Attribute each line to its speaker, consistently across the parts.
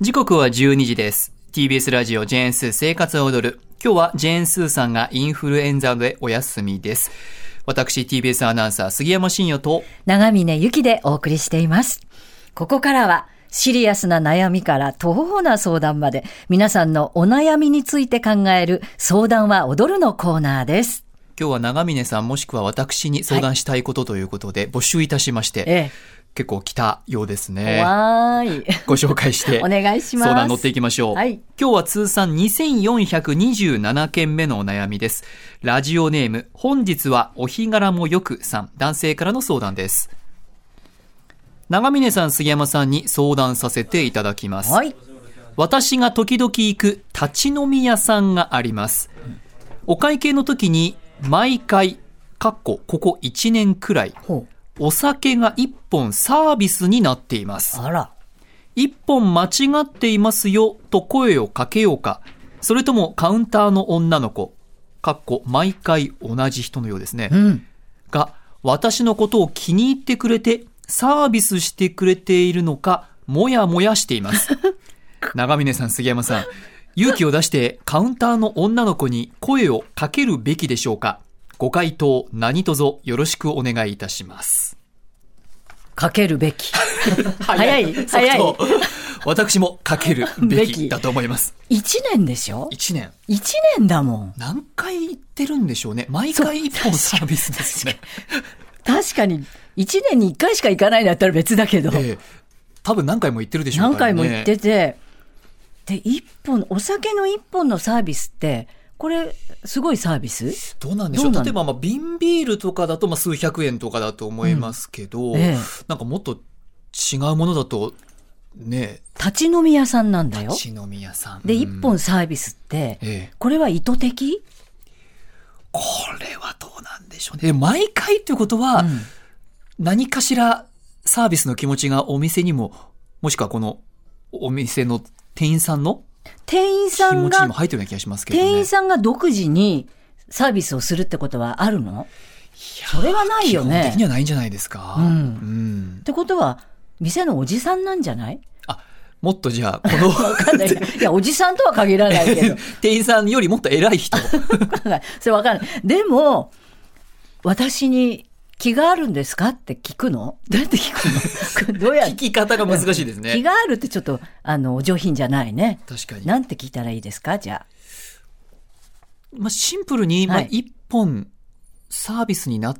Speaker 1: 時刻は12時です TBS ラジオジェーンスー生活を踊る今日はジェーンスーさんがインフルエンザでお休みです私 TBS アナウンサー杉山真也と
Speaker 2: 長峰ゆきでお送りしています。ここからは、シリアスな悩みから徒歩な相談まで、皆さんのお悩みについて考える相談は踊るのコーナーです。
Speaker 1: 今日は長峰さんもしくは私に相談したいことということで募集いたしまして、
Speaker 2: え
Speaker 1: 結構来たようです
Speaker 2: え。
Speaker 1: ね
Speaker 2: わーい。
Speaker 1: ご紹介して
Speaker 2: お願いします。
Speaker 1: 相談乗っていきましょう、
Speaker 2: はい
Speaker 1: 今日は通算2427件目のお悩みですラジオネーム本日はお日柄もよくさん男性からの相談です長峰さん杉山さんに相談させていただきます、
Speaker 2: はい。
Speaker 1: 私が時々行く立ち飲み屋さんがありますお会計の時に毎回かっこここ1年くらい
Speaker 2: ほ
Speaker 1: お酒が1本サービスになっています
Speaker 2: う。あら。
Speaker 1: 一本間違っていますよと声をかけようか、それともカウンターの女の子、かっこ毎回同じ人のようですね
Speaker 2: う、ん。
Speaker 1: が、私のことを気に入ってくれて、サービスしてくれているのか、もやもやしてい ます。長峰さん、杉山さん、勇気を出してカウンターの女の子に声をかけるべきでしょうかご回答何卒よろしくお願いいたします。
Speaker 2: かけるべき。
Speaker 1: 早
Speaker 2: い 早い
Speaker 1: 即答私もかけるべきだと思います。
Speaker 2: 一年でしょ
Speaker 1: 1年。
Speaker 2: 一年だもん。
Speaker 1: 何回行ってるんでしょうね。毎回1本サービスですよね。
Speaker 2: 確かに、一年に一回しか行かないんだったら別だけど。
Speaker 1: ええ多分何回も行ってるでしょう
Speaker 2: 何
Speaker 1: から
Speaker 2: 回
Speaker 1: ね。
Speaker 2: も行ってて、で、一本、お酒の一本のサービスって、これ、すごいサービス
Speaker 1: どうなんでしょう
Speaker 2: どうなん
Speaker 1: 例えば、まあ、瓶ビールとかだと、まあ、数百円とかだと思いますけど、
Speaker 2: んええ
Speaker 1: なんかもっと違うものだと、ね、
Speaker 2: 立ち飲み屋さんなんだよ。
Speaker 1: 血の宮さん。
Speaker 2: で、
Speaker 1: うん
Speaker 2: 一、本サービスって、
Speaker 1: ええ
Speaker 2: これは意図的
Speaker 1: これはどうなんでしょうね。で毎回っていうことは、
Speaker 2: うん
Speaker 1: 何かしらサービスの気持ちがお店にも、もしくはこのお店の店員さんの
Speaker 2: 店員
Speaker 1: 気
Speaker 2: さん
Speaker 1: 持ちにも
Speaker 2: が、
Speaker 1: 入ってるような気がしますけどね。
Speaker 2: 店員さんが独自にサービスをするってことはあるのそれはないよ
Speaker 1: 基本的に
Speaker 2: ね。
Speaker 1: はないんじゃないですか。
Speaker 2: うん
Speaker 1: ん
Speaker 2: ってことは、店のおじさんなんじゃ ない
Speaker 1: あ、もっとじゃあ、この、
Speaker 2: わかんないけどいや、おじさんとは限らな いけど。
Speaker 1: 店員さんよりもっと偉い人。
Speaker 2: わ かんないそれわかんない。でも、私に気があるんですかって聞くのどうやって聞 くのこれどうやっ
Speaker 1: 聞き方が難しいです
Speaker 2: 気
Speaker 1: ね。
Speaker 2: があるってちょっと、あの、お上品じゃないね。
Speaker 1: 確かに。
Speaker 2: なんて聞いたらいいですかじゃあ。
Speaker 1: まあ、シンプルに、まあ、
Speaker 2: はい
Speaker 1: 一本サービスになっ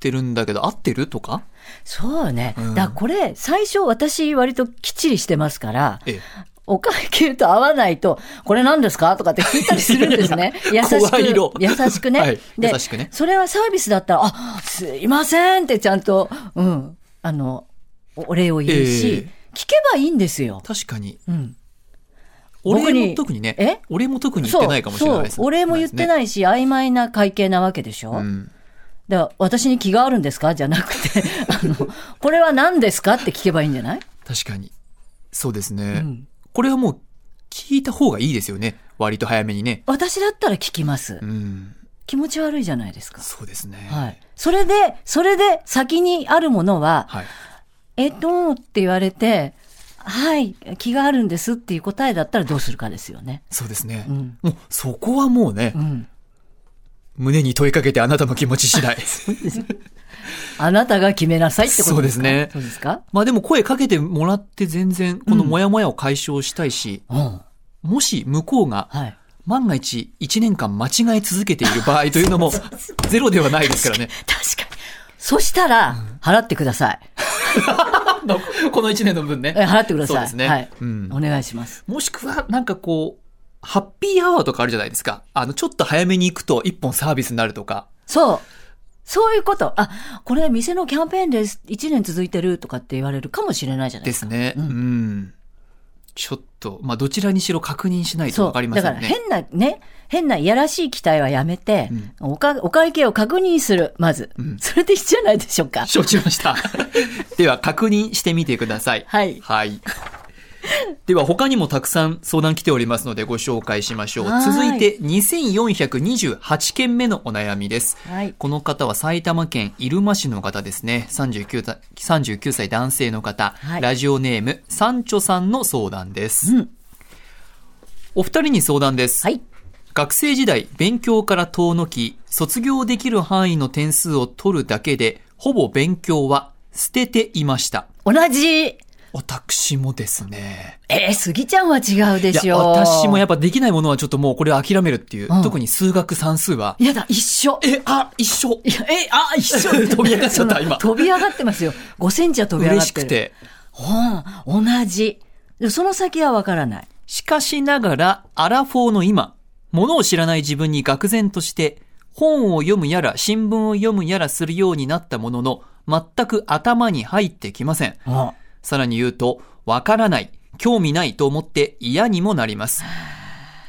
Speaker 1: てるんだけど、合ってるとか
Speaker 2: そうね。
Speaker 1: うん
Speaker 2: だからこれ、最初私割ときっちりしてますから、
Speaker 1: ええ。
Speaker 2: お会計と合わないと、これ何ですかとかって聞いたりするんですね。優し
Speaker 1: 怖い色
Speaker 2: く。優しく ね。
Speaker 1: はい
Speaker 2: で
Speaker 1: 優しくね
Speaker 2: それはサービスだったら、あ、すいませんってちゃんと、うん、あの、おお礼を言うし、
Speaker 1: ええ
Speaker 2: 聞けばいいんですよ。
Speaker 1: 確かに。
Speaker 2: うん。
Speaker 1: お
Speaker 2: 僕
Speaker 1: 礼
Speaker 2: に
Speaker 1: も特にね。
Speaker 2: え
Speaker 1: お礼も特に言ってないかもしれないですね。
Speaker 2: そう、お礼も言って
Speaker 1: い。
Speaker 2: ないし、曖昧な会計なわけでしょ、
Speaker 1: うん。
Speaker 2: だから私に気があるんですかじゃなくて、あの、これは何ですかって聞けばいいんじゃない
Speaker 1: 確かに。そうですね。
Speaker 2: うん
Speaker 1: これはもう、聞いた方がいいですよね。割と早めにね。
Speaker 2: 私だったら聞きます。
Speaker 1: うん。
Speaker 2: 気持ち悪いじゃないですか。
Speaker 1: そうですね。
Speaker 2: はい。それで、それで先にあるものは、
Speaker 1: はい。
Speaker 2: えっと、って言われて、はい、気があるんですっていう答えだったらどうするかですよね。
Speaker 1: そうですね。
Speaker 2: うん
Speaker 1: もう、そこはもうね
Speaker 2: う、ん。
Speaker 1: 胸に問いかけてあなたの気持ち次 第。
Speaker 2: あなたが決めなさいってことです
Speaker 1: そう
Speaker 2: か
Speaker 1: ですね
Speaker 2: そうですか
Speaker 1: まあでも声かけてもらって全然このモヤモヤを解消したいし、
Speaker 2: うん。
Speaker 1: もし向こうが
Speaker 2: はい。
Speaker 1: 万が一1年間間違え続けている場合という のもゼロではないですからね。
Speaker 2: 確かに。そしたら、払ってください。
Speaker 1: この1年の分ね
Speaker 2: え。払ってください。
Speaker 1: そうですね
Speaker 2: はい。
Speaker 1: うん
Speaker 2: お願いします。
Speaker 1: もしくはなんかこう、ハッピーアワーとかあるじゃないですか。あの、ちょっと早めに行くと1本サービスになるとか。
Speaker 2: そう。そういうこと。あ、これ店のキャンペーンです。1年続いてるとかって言われるかもしれないじゃない
Speaker 1: で
Speaker 2: ですか。
Speaker 1: すね。う
Speaker 2: うん
Speaker 1: ん。ちょっと、まあどちらにしろ確認しないとわかりませ
Speaker 2: だ
Speaker 1: んね。
Speaker 2: から変なね、変ないやらしい期待はやめて、おかお会計を確認する、まず。それでいいじゃないでしょうか。
Speaker 1: 承知しました。では確認してみてください。
Speaker 2: はい
Speaker 1: はい。では他にもたくさん相談来ておりますのでご紹介しましょう
Speaker 2: は。い
Speaker 1: 続いて2428件目のお悩みです。
Speaker 2: はい。
Speaker 1: この方は埼玉県入間市の方ですね。39, た39歳男性の方、
Speaker 2: はい
Speaker 1: ラジオネーム、サンチョさんの相談です。
Speaker 2: うん
Speaker 1: お二人に相談です。
Speaker 2: はい。
Speaker 1: 学生時代、勉強から遠のき、卒業できる範囲の点数を取るだけで、ほぼ勉強は捨てていました。
Speaker 2: 同じ。
Speaker 1: 私もですね。
Speaker 2: えー、杉ちゃんは違うで
Speaker 1: い
Speaker 2: し
Speaker 1: や、
Speaker 2: ょ。
Speaker 1: 私もや
Speaker 2: や
Speaker 1: っぱできないものはちょっともうこれは諦めるっていう、
Speaker 2: うん
Speaker 1: 特に数学算数は。
Speaker 2: やだ、一緒。
Speaker 1: え、あ、一緒
Speaker 2: いやえ、あ、一緒
Speaker 1: 。飛び上がっちゃった今
Speaker 2: その飛び上がってますよ。5センチは飛び上
Speaker 1: 嬉
Speaker 2: がっ
Speaker 1: して
Speaker 2: る。
Speaker 1: く。て。
Speaker 2: うん、同じ。でその先はわからない。
Speaker 1: しかしながら、アラフォーの今、物を知らない自分に愕然として、本を読むやら、新聞を読むやらするようになったものの、全く頭に入ってきません。
Speaker 2: あ
Speaker 1: さらに言うと、わからない、興味ないと思って嫌にもなります。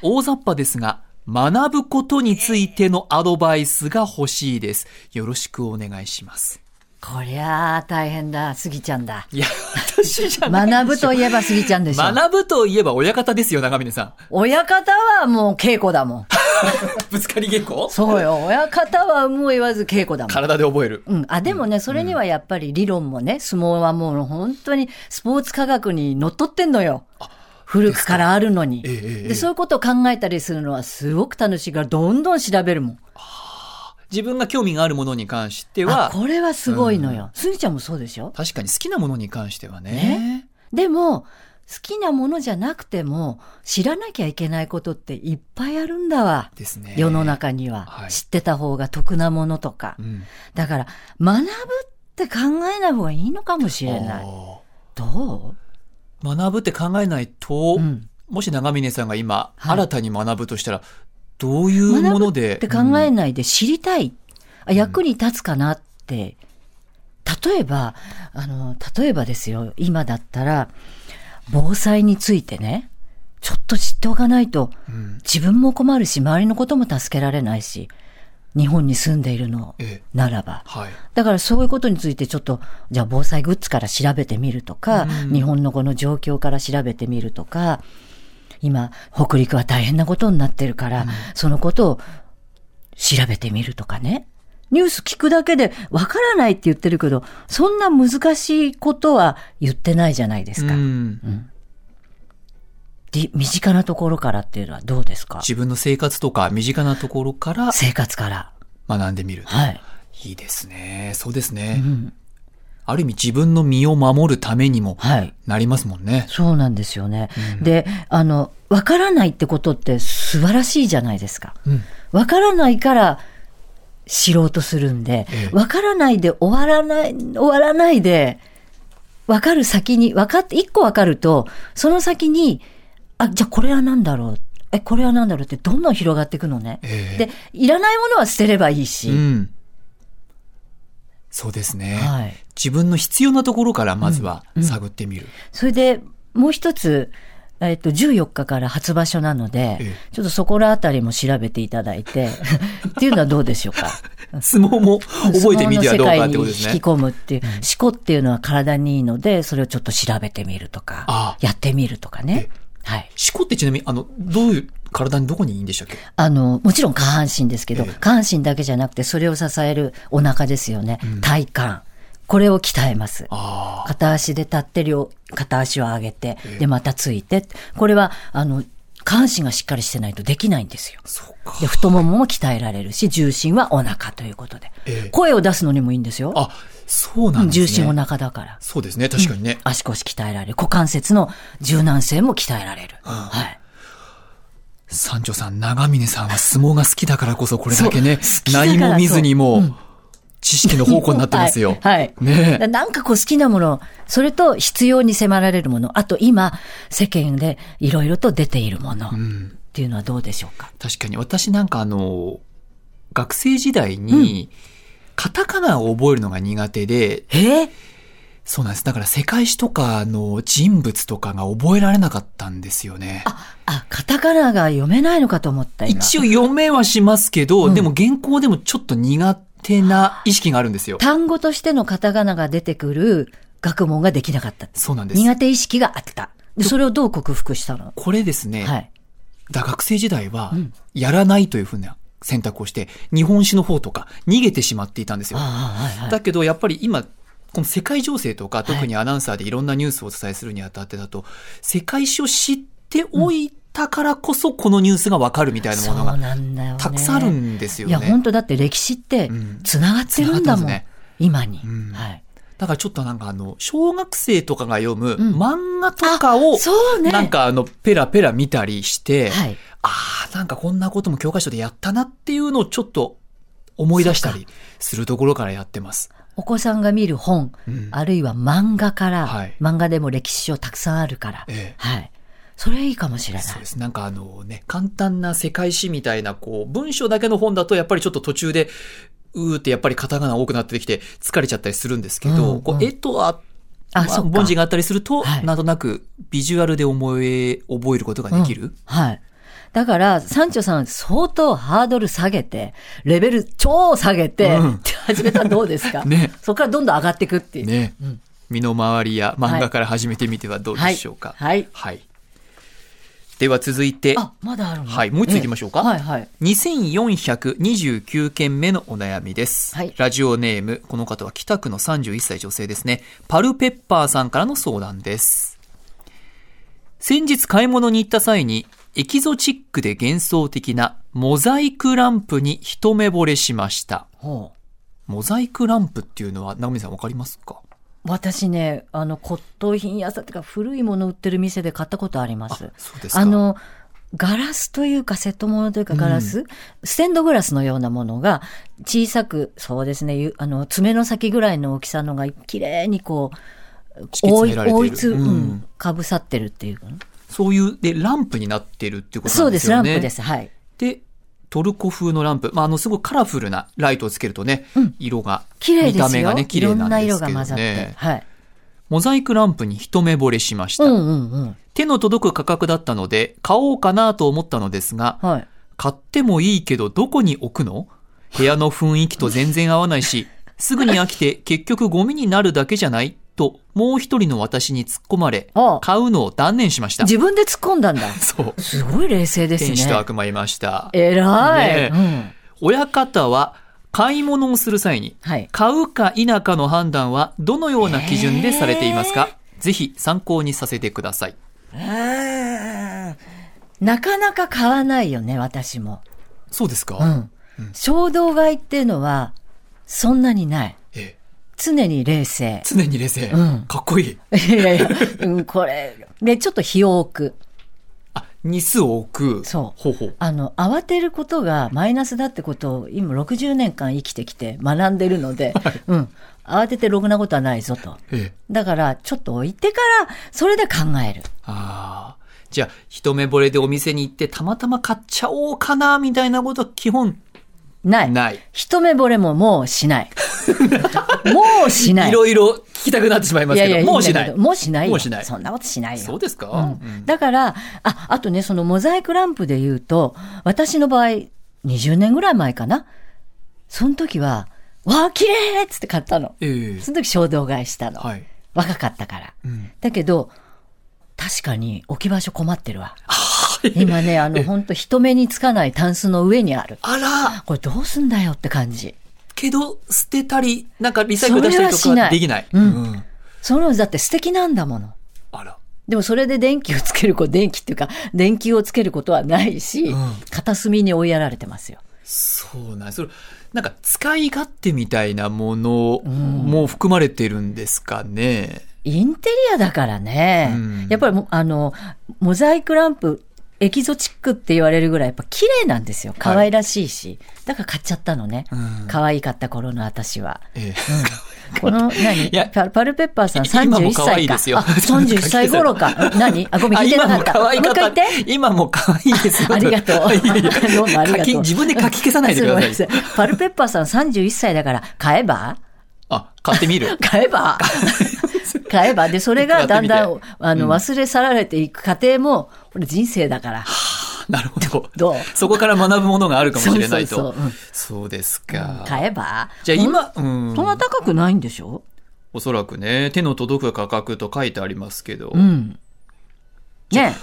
Speaker 1: 大雑把ですが、学ぶことについてのアドバイスが欲しいです。よろしくお願いします。
Speaker 2: こりゃあ大変だ、杉ちゃんだ。
Speaker 1: いや、私じゃない
Speaker 2: 学ぶといえば杉ちゃんでしょ。
Speaker 1: 学ぶといえば親方ですよ、長峰さ
Speaker 2: 親方はもう稽古だもん。
Speaker 1: ん。ぶつかり稽古
Speaker 2: そうよ。親方はもう言わず稽古だもん。
Speaker 1: 体で覚える。
Speaker 2: うん、あでもね、それにはやっぱり理論もね、相撲はもう本当にスポーツ科学にのっとってんのよ。古くからあるのに。
Speaker 1: ええええ
Speaker 2: で、そういうことを考えたりするのはすごく楽しいから、どんどん調べるもん。
Speaker 1: 自分が興味があるものに関して
Speaker 2: あ
Speaker 1: は、
Speaker 2: これはすごいのよ。すぎちゃんもそうでしょ
Speaker 1: 確かに好きなものに関してはね。
Speaker 2: でも、好きなものじゃなくても、知らなきゃいけないことっていっぱいあるんだわ。
Speaker 1: ですね。
Speaker 2: 世の。中には、
Speaker 1: はい
Speaker 2: 知ってた方が得なものとか
Speaker 1: う。ん。
Speaker 2: だから、学ぶって考えない方がいいのかもしれない。
Speaker 1: あ
Speaker 2: どう
Speaker 1: ー学ぶって考えないと、
Speaker 2: うん
Speaker 1: もし長峰さんが今、
Speaker 2: はい
Speaker 1: 新たに学ぶとしたら、どういうもので。
Speaker 2: って考
Speaker 1: う
Speaker 2: え
Speaker 1: ん
Speaker 2: ないで知りたい、あ役に立つかなって例えばあの例えばですよ今だったら防災についてねちょっと知っておかないと
Speaker 1: うん
Speaker 2: 自分も困るし周りのことも助けられないし日本に住んでいるの
Speaker 1: ええ
Speaker 2: ならば
Speaker 1: はい。
Speaker 2: だからそういうことについてちょっと、じゃあ防災グッズから調べてみるとか、
Speaker 1: うん
Speaker 2: 日本のこの状況から調べてみるとか、今、北陸は大変なことになってるから、そのことを調べてみるとかね。ニュース聞くだけでわからないって言ってるけど、そんな難しいことは言ってないじゃないですか。
Speaker 1: うん
Speaker 2: で身近なところからっていうのはどうですか
Speaker 1: 自分の生活とか身近なところから
Speaker 2: 生活から。
Speaker 1: 学んでみると。
Speaker 2: はい。
Speaker 1: いいですね。そうですね。
Speaker 2: うん。
Speaker 1: ある意味自分の身を守るためにも
Speaker 2: はい。
Speaker 1: なりますもんね。
Speaker 2: そうなんですよね。で、あの、わからないってことって素晴らしいじゃないですか。
Speaker 1: うん。
Speaker 2: わからないから知ろうとするんで
Speaker 1: ええ、
Speaker 2: わからないで終わらない、終わらないで、わかる先に、わかって、一個わかると、その先に、あ、じゃあこれは何だろう。え、これは何だろうってどんどん広がっていくのね。
Speaker 1: ええ
Speaker 2: で、いらないものは捨てればいいし。
Speaker 1: うん。そうですね。
Speaker 2: はい。
Speaker 1: 自分の必要なところからまずは探ってみる。
Speaker 2: それで、もう一つ、えっと、14日から初場所なので、
Speaker 1: ええ
Speaker 2: ちょっとそこらあたりも調べていただいて、 っていうのはどうでしょうか。
Speaker 1: 相撲も覚えてみてはどうかってことで
Speaker 2: そ
Speaker 1: す
Speaker 2: の世界に引
Speaker 1: ね
Speaker 2: き。込むっていう、思考っていうのは体にいいので、それをちょっと調べてみるとか、
Speaker 1: あ
Speaker 2: やってみるとかね。はい。
Speaker 1: しこってちなみに、あの、どういう、体にどこにいいんでしたっけ
Speaker 2: あの、もちろん下半身ですけど、
Speaker 1: ええ
Speaker 2: 下半身だけじゃなくて、それを支えるお腹ですよね。体幹。これを鍛えます。
Speaker 1: ああ。
Speaker 2: 片足で立って両片足を上げて
Speaker 1: ええ
Speaker 2: でまたついてこれはあの下半身がしっかりしてないとできないんですよ。
Speaker 1: そうか
Speaker 2: で。太ももも鍛えられるし重心はお腹ということで、
Speaker 1: ええ
Speaker 2: 声を出すのにもいいんですよ。
Speaker 1: あ、そうなんですね。
Speaker 2: 重心お腹だから
Speaker 1: そうですね、確かにね。
Speaker 2: 足腰鍛えられる股関節の柔軟性も鍛えられる。はい
Speaker 1: 三女さん、長峰さんは相撲が好きだからこそ、これだけね
Speaker 2: そう好、きだから
Speaker 1: 何
Speaker 2: そう
Speaker 1: も見ずにもう、知識の宝庫になってます よ。
Speaker 2: はいはい
Speaker 1: ね
Speaker 2: だ
Speaker 1: え。
Speaker 2: なんかこう好きなもの、それと必要に迫られるもの、あと今世間でいろいろと出ているものっ
Speaker 1: うん。
Speaker 2: ていうのはどうでしょうか。
Speaker 1: 確かに、私なんかあの、学生時代に、カタカナを覚えるのが苦手で、
Speaker 2: ええ
Speaker 1: そうなんです。だから世界史とかの人物とかが覚えられなかったんですよね。
Speaker 2: あ、カタカナが読めないのかと思った今
Speaker 1: 一応読めはしますけど、
Speaker 2: うん
Speaker 1: でも原稿でもちょっと苦手な意識があるんですよ。
Speaker 2: 単語としてのカタカナが出てくる学問ができなかった。
Speaker 1: そうなんです。
Speaker 2: 苦手意識があった。で、それをどう克服したの
Speaker 1: これですね、
Speaker 2: はい。
Speaker 1: だ学生時代は、やらないというふうな選択をして、日本史の方とか逃げてしまっていたんですよ。
Speaker 2: ああ、はい、はい。
Speaker 1: だけどやっぱり今この世界情勢とか特にアナウンサーでいろんなニュースをお伝えするにあたってだと、世界史を知っておいたからこそこのニュースがわかるみたいな
Speaker 2: そ
Speaker 1: もの
Speaker 2: う
Speaker 1: が
Speaker 2: なんだよ、ね。
Speaker 1: たくさんあるんですよ
Speaker 2: いや、
Speaker 1: ね。
Speaker 2: 本当だって歴史って
Speaker 1: うん、
Speaker 2: つながってるんだもん。
Speaker 1: 繋がってま
Speaker 2: 今に、
Speaker 1: うん
Speaker 2: はい。
Speaker 1: だからちょっとなんかあの小学生とかが読む
Speaker 2: ん
Speaker 1: 漫画とかを
Speaker 2: そうね。
Speaker 1: なん、かあのペラペラ見たりして、
Speaker 2: はい。
Speaker 1: ああなんかこんなことも教科書でやったなっていうのをちょっと思い出したりするところからやってます。
Speaker 2: お子さんが見る本、
Speaker 1: うん
Speaker 2: あるいは漫画から、
Speaker 1: はい
Speaker 2: 漫画でも歴史書たくさんあるから、
Speaker 1: ええ
Speaker 2: はい。それいいかもしれない
Speaker 1: そう。です。なんかあのね、簡単な世界史みたいな、こう、文章だけの本だと、やっぱりちょっと途中で、うーってやっぱりカタカナ多くなってきて、疲れちゃったりするんですけ
Speaker 2: うん
Speaker 1: ど、
Speaker 2: うん
Speaker 1: こう絵とあ、
Speaker 2: あ
Speaker 1: ま
Speaker 2: そっか
Speaker 1: 文字があったりすると、
Speaker 2: はい
Speaker 1: なんとなくビジュアルで思え、覚えることができる。
Speaker 2: はい。だから、サンチョさん相当ハードル下げて、レベル超下げて、
Speaker 1: うん
Speaker 2: って始めたらどうです か
Speaker 1: ね
Speaker 2: そこからどんどん上がっていくっていう。
Speaker 1: ね、
Speaker 2: ん
Speaker 1: 身の回りや漫画から始めてみてはどうでしょうか。
Speaker 2: はい
Speaker 1: はいでは続いて、
Speaker 2: あ、まだあるの
Speaker 1: はいもう一つ行きましょうか
Speaker 2: ええはいはい。
Speaker 1: 2429件目のお悩みです、
Speaker 2: はい
Speaker 1: ラジオネームこの方は北区の31歳女性ですねパルペッパーさんからの相談です先日買い物に行った際にエキゾチックで幻想的なモザイクランプに一目惚れしました
Speaker 2: ほう
Speaker 1: モザイクランプっていうのは長見さんわかりますか
Speaker 2: 私ね、あの、骨董品屋さんっていうか、古いもの売ってる店で買ったことあります。
Speaker 1: そうで
Speaker 2: あの、ガラスというか、セットものというか、ガラス、ステンドグラスのようなものが、小さく、そうですね、ゆあの、爪の先ぐらいの大きさのが、綺麗にこう、
Speaker 1: き詰められてる
Speaker 2: 覆いつ、う
Speaker 1: うん
Speaker 2: ん、かぶさってるっていうかな
Speaker 1: そういうでランプになってるっていうこと
Speaker 2: そ
Speaker 1: な
Speaker 2: うんで
Speaker 1: です
Speaker 2: す、
Speaker 1: よ
Speaker 2: ラン
Speaker 1: ね
Speaker 2: プです。はい。
Speaker 1: で、トルコ風のランプ。まあ、あの、すごいカラフルなライトをつけるとね、
Speaker 2: うん
Speaker 1: 色が、
Speaker 2: 綺麗ですよ。
Speaker 1: 見た目がね、綺麗なん
Speaker 2: い
Speaker 1: で
Speaker 2: ろん
Speaker 1: す
Speaker 2: な
Speaker 1: け
Speaker 2: 色が混ざ
Speaker 1: ど
Speaker 2: って。
Speaker 1: ね。
Speaker 2: はい。
Speaker 1: モザイクランプに一目惚れしました、
Speaker 2: うんうんうん。
Speaker 1: 手の届く価格だったので、買おうかなと思ったのですが、
Speaker 2: はい。
Speaker 1: 買ってもいいけどどこに置くの部屋の雰囲気と全然合わない し、すぐに飽きて結局ゴミになるだけじゃないと、もう一人の私に突っ込まれ
Speaker 2: ああ、
Speaker 1: 買うのを断念しました。
Speaker 2: 自分で突っ込んだんだ。
Speaker 1: そう。
Speaker 2: すごい冷静です
Speaker 1: 天使と
Speaker 2: ね。
Speaker 1: 悪魔いました。
Speaker 2: 偉い、
Speaker 1: ね
Speaker 2: うん。
Speaker 1: 親方は買い物をする際に
Speaker 2: はい。
Speaker 1: 買うか否かの判断はどのような基準でされていますか、ぜひ参考にさせてください
Speaker 2: あーなかなか買わないよね、私も。
Speaker 1: そうですか、
Speaker 2: うん。衝動買いっていうのは、そんなにない。
Speaker 1: ええ。
Speaker 2: 常に冷 静
Speaker 1: 常に冷静、
Speaker 2: うん
Speaker 1: かっこいい
Speaker 2: いやいや、うん、これ。で、ちょっと日を置く。
Speaker 1: あ日数を置く
Speaker 2: そう
Speaker 1: 方法
Speaker 2: あの、慌てることがマイナスだってことを、今60年間生きてきて学んでるので、うん。慌ててろくなことはないぞと。
Speaker 1: ええ
Speaker 2: だから、ちょっと置いてから、それで考える。
Speaker 1: ああじゃあ一目惚れでお店に行ってたまたま買っちゃおうかなみたいなことは基本
Speaker 2: ない。
Speaker 1: ない、
Speaker 2: 一目惚れももうし ない。もうしない
Speaker 1: い、。ろいろ聞きたくなってしまいますけどもうしない
Speaker 2: んだけどもうしないよ。
Speaker 1: もうしない
Speaker 2: そんなことしないよ。
Speaker 1: そうですか、
Speaker 2: うん
Speaker 1: うん
Speaker 2: だから、あ、あとね、そのモザイクランプで言うと、私の場合、20年ぐらい前かな。その時は、わあ、綺麗っつって買ったの。
Speaker 1: ええ
Speaker 2: その時衝動買いしたの。
Speaker 1: はい、
Speaker 2: 若かったから。
Speaker 1: うん、
Speaker 2: だけど、確かに置き場所困って るわ。今ね、あの、ほんと人目につかないタンスの上にある。
Speaker 1: あら
Speaker 2: これどうすんだよって感じ。
Speaker 1: けど捨てたりなんかリサイクル出したりと
Speaker 2: それ
Speaker 1: か
Speaker 2: はしない
Speaker 1: できない
Speaker 2: うん
Speaker 1: うん、
Speaker 2: その、だって素敵なんだもの。
Speaker 1: あら
Speaker 2: でもそれで電気をつけるこ電気っていうか、 電球をつけることはないし、
Speaker 1: うん
Speaker 2: 片隅に追いやられてますよ。
Speaker 1: そうなんそれなんか使い勝手みたいなものも含まれてるんですかね。
Speaker 2: インテリアだからね。
Speaker 1: うん
Speaker 2: やっぱりも、あの、モザイクランプ、エキゾチックって言われるぐらいやっぱ綺麗なんですよ。可愛らしいし。だから買っちゃったのね。
Speaker 1: うん
Speaker 2: 可愛かった頃の私は。
Speaker 1: ええ
Speaker 2: この、何
Speaker 1: や
Speaker 2: パパルペッパーさん
Speaker 1: 今も
Speaker 2: 31
Speaker 1: 可愛
Speaker 2: 歳
Speaker 1: い
Speaker 2: か。
Speaker 1: ですよ
Speaker 2: あ、31 歳頃か。何あ、ごめん、
Speaker 1: あ
Speaker 2: 聞いてな
Speaker 1: 今
Speaker 2: か
Speaker 1: も
Speaker 2: った。
Speaker 1: 可愛
Speaker 2: もう
Speaker 1: かった
Speaker 2: 一回言って。
Speaker 1: 今も可愛いですよ。
Speaker 2: ありがとう。
Speaker 1: いやいや
Speaker 2: どうもあり
Speaker 1: 書
Speaker 2: がと
Speaker 1: き
Speaker 2: う。
Speaker 1: 自分で書き消さないでください。
Speaker 2: すごめんなさい。パルペッパーさん31歳だから、買えば
Speaker 1: あ、買ってみる。
Speaker 2: 買え ば買えばで、それがだんだん、あの、忘れ去られていく過程も、これ人生だから。
Speaker 1: なるほど。
Speaker 2: どう
Speaker 1: そこから学ぶものがあるかもしれないと。
Speaker 2: そうそうそううん
Speaker 1: そうですか。
Speaker 2: 買えば
Speaker 1: じゃあ今、う
Speaker 2: ほん
Speaker 1: ん
Speaker 2: そんな高くないんでしょ
Speaker 1: おそらくね、手の届く価格と書いてありますけど、
Speaker 2: うん。ね。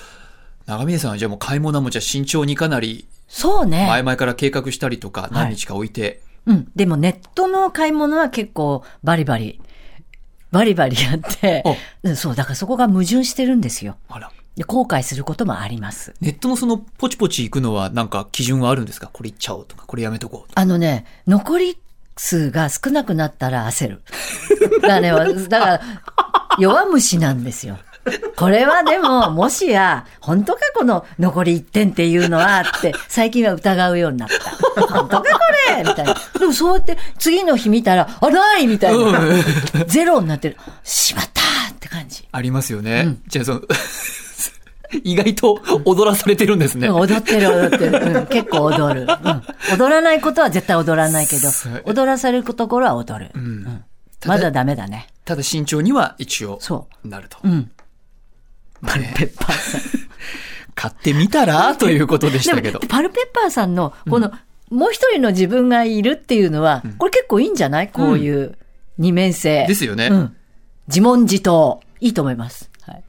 Speaker 1: 長峰さんはじゃあもう買い物もじゃあ慎重にかなり
Speaker 2: そうね。
Speaker 1: 前々から計画したりとか何日か置いて、
Speaker 2: うん。でもネットの買い物は結構バリバリ、バリバリやって
Speaker 1: あ、
Speaker 2: うんそう、だからそこが矛盾してるんですよ。
Speaker 1: あら
Speaker 2: で後悔することもあります。
Speaker 1: ネットのそのポチポチ行くのはなんか基準はあるんですかこれ行っちゃおうとかこれやめとこうとか
Speaker 2: あのね、残り数が少なくなったら焦る。 だからね、だから、弱虫なんですよ。これはでも、もしや、本当かこの残り1点っていうのはって、最近は疑うようになった。本当かこれみたいな。でもそうやって、次の日見たら、あ、ないみたいな。ゼロになってる。しまったって感 じ。
Speaker 1: ありますよね、じゃあその 意外と踊らされてるんですね、
Speaker 2: うん踊ってる踊ってる、うん結構踊る、うん踊らないことは絶対踊らないけど
Speaker 1: す
Speaker 2: 踊らされるところは踊る、うんまだダメだね
Speaker 1: ただ慎重には一応
Speaker 2: そ
Speaker 1: なると、
Speaker 2: ううん
Speaker 1: ね 買ってみたらということでし
Speaker 2: で
Speaker 1: た
Speaker 2: も
Speaker 1: けど
Speaker 2: パル ペッパーさんのこの、もう一人の自分がいるっていうのは、これ結構いいんじゃないこういう二面性、
Speaker 1: ですよね、
Speaker 2: うん、自問自答いいと思います、はい、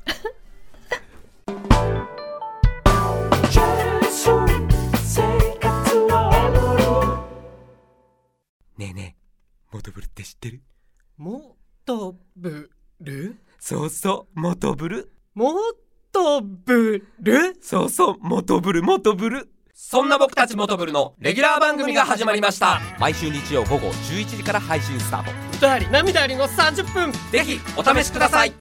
Speaker 3: ねえねえ、モトブルって知ってる
Speaker 4: もとぶる
Speaker 3: そうそう、モトブル。
Speaker 4: もとぶる
Speaker 3: そうそう、モトブル、モトブル。
Speaker 5: そんな僕たちモトブルのレギュラー番組が始まりました。
Speaker 3: 毎週日曜午後11時から配信スタート。
Speaker 4: 歌あり涙ありの30分
Speaker 5: ぜひお試しください。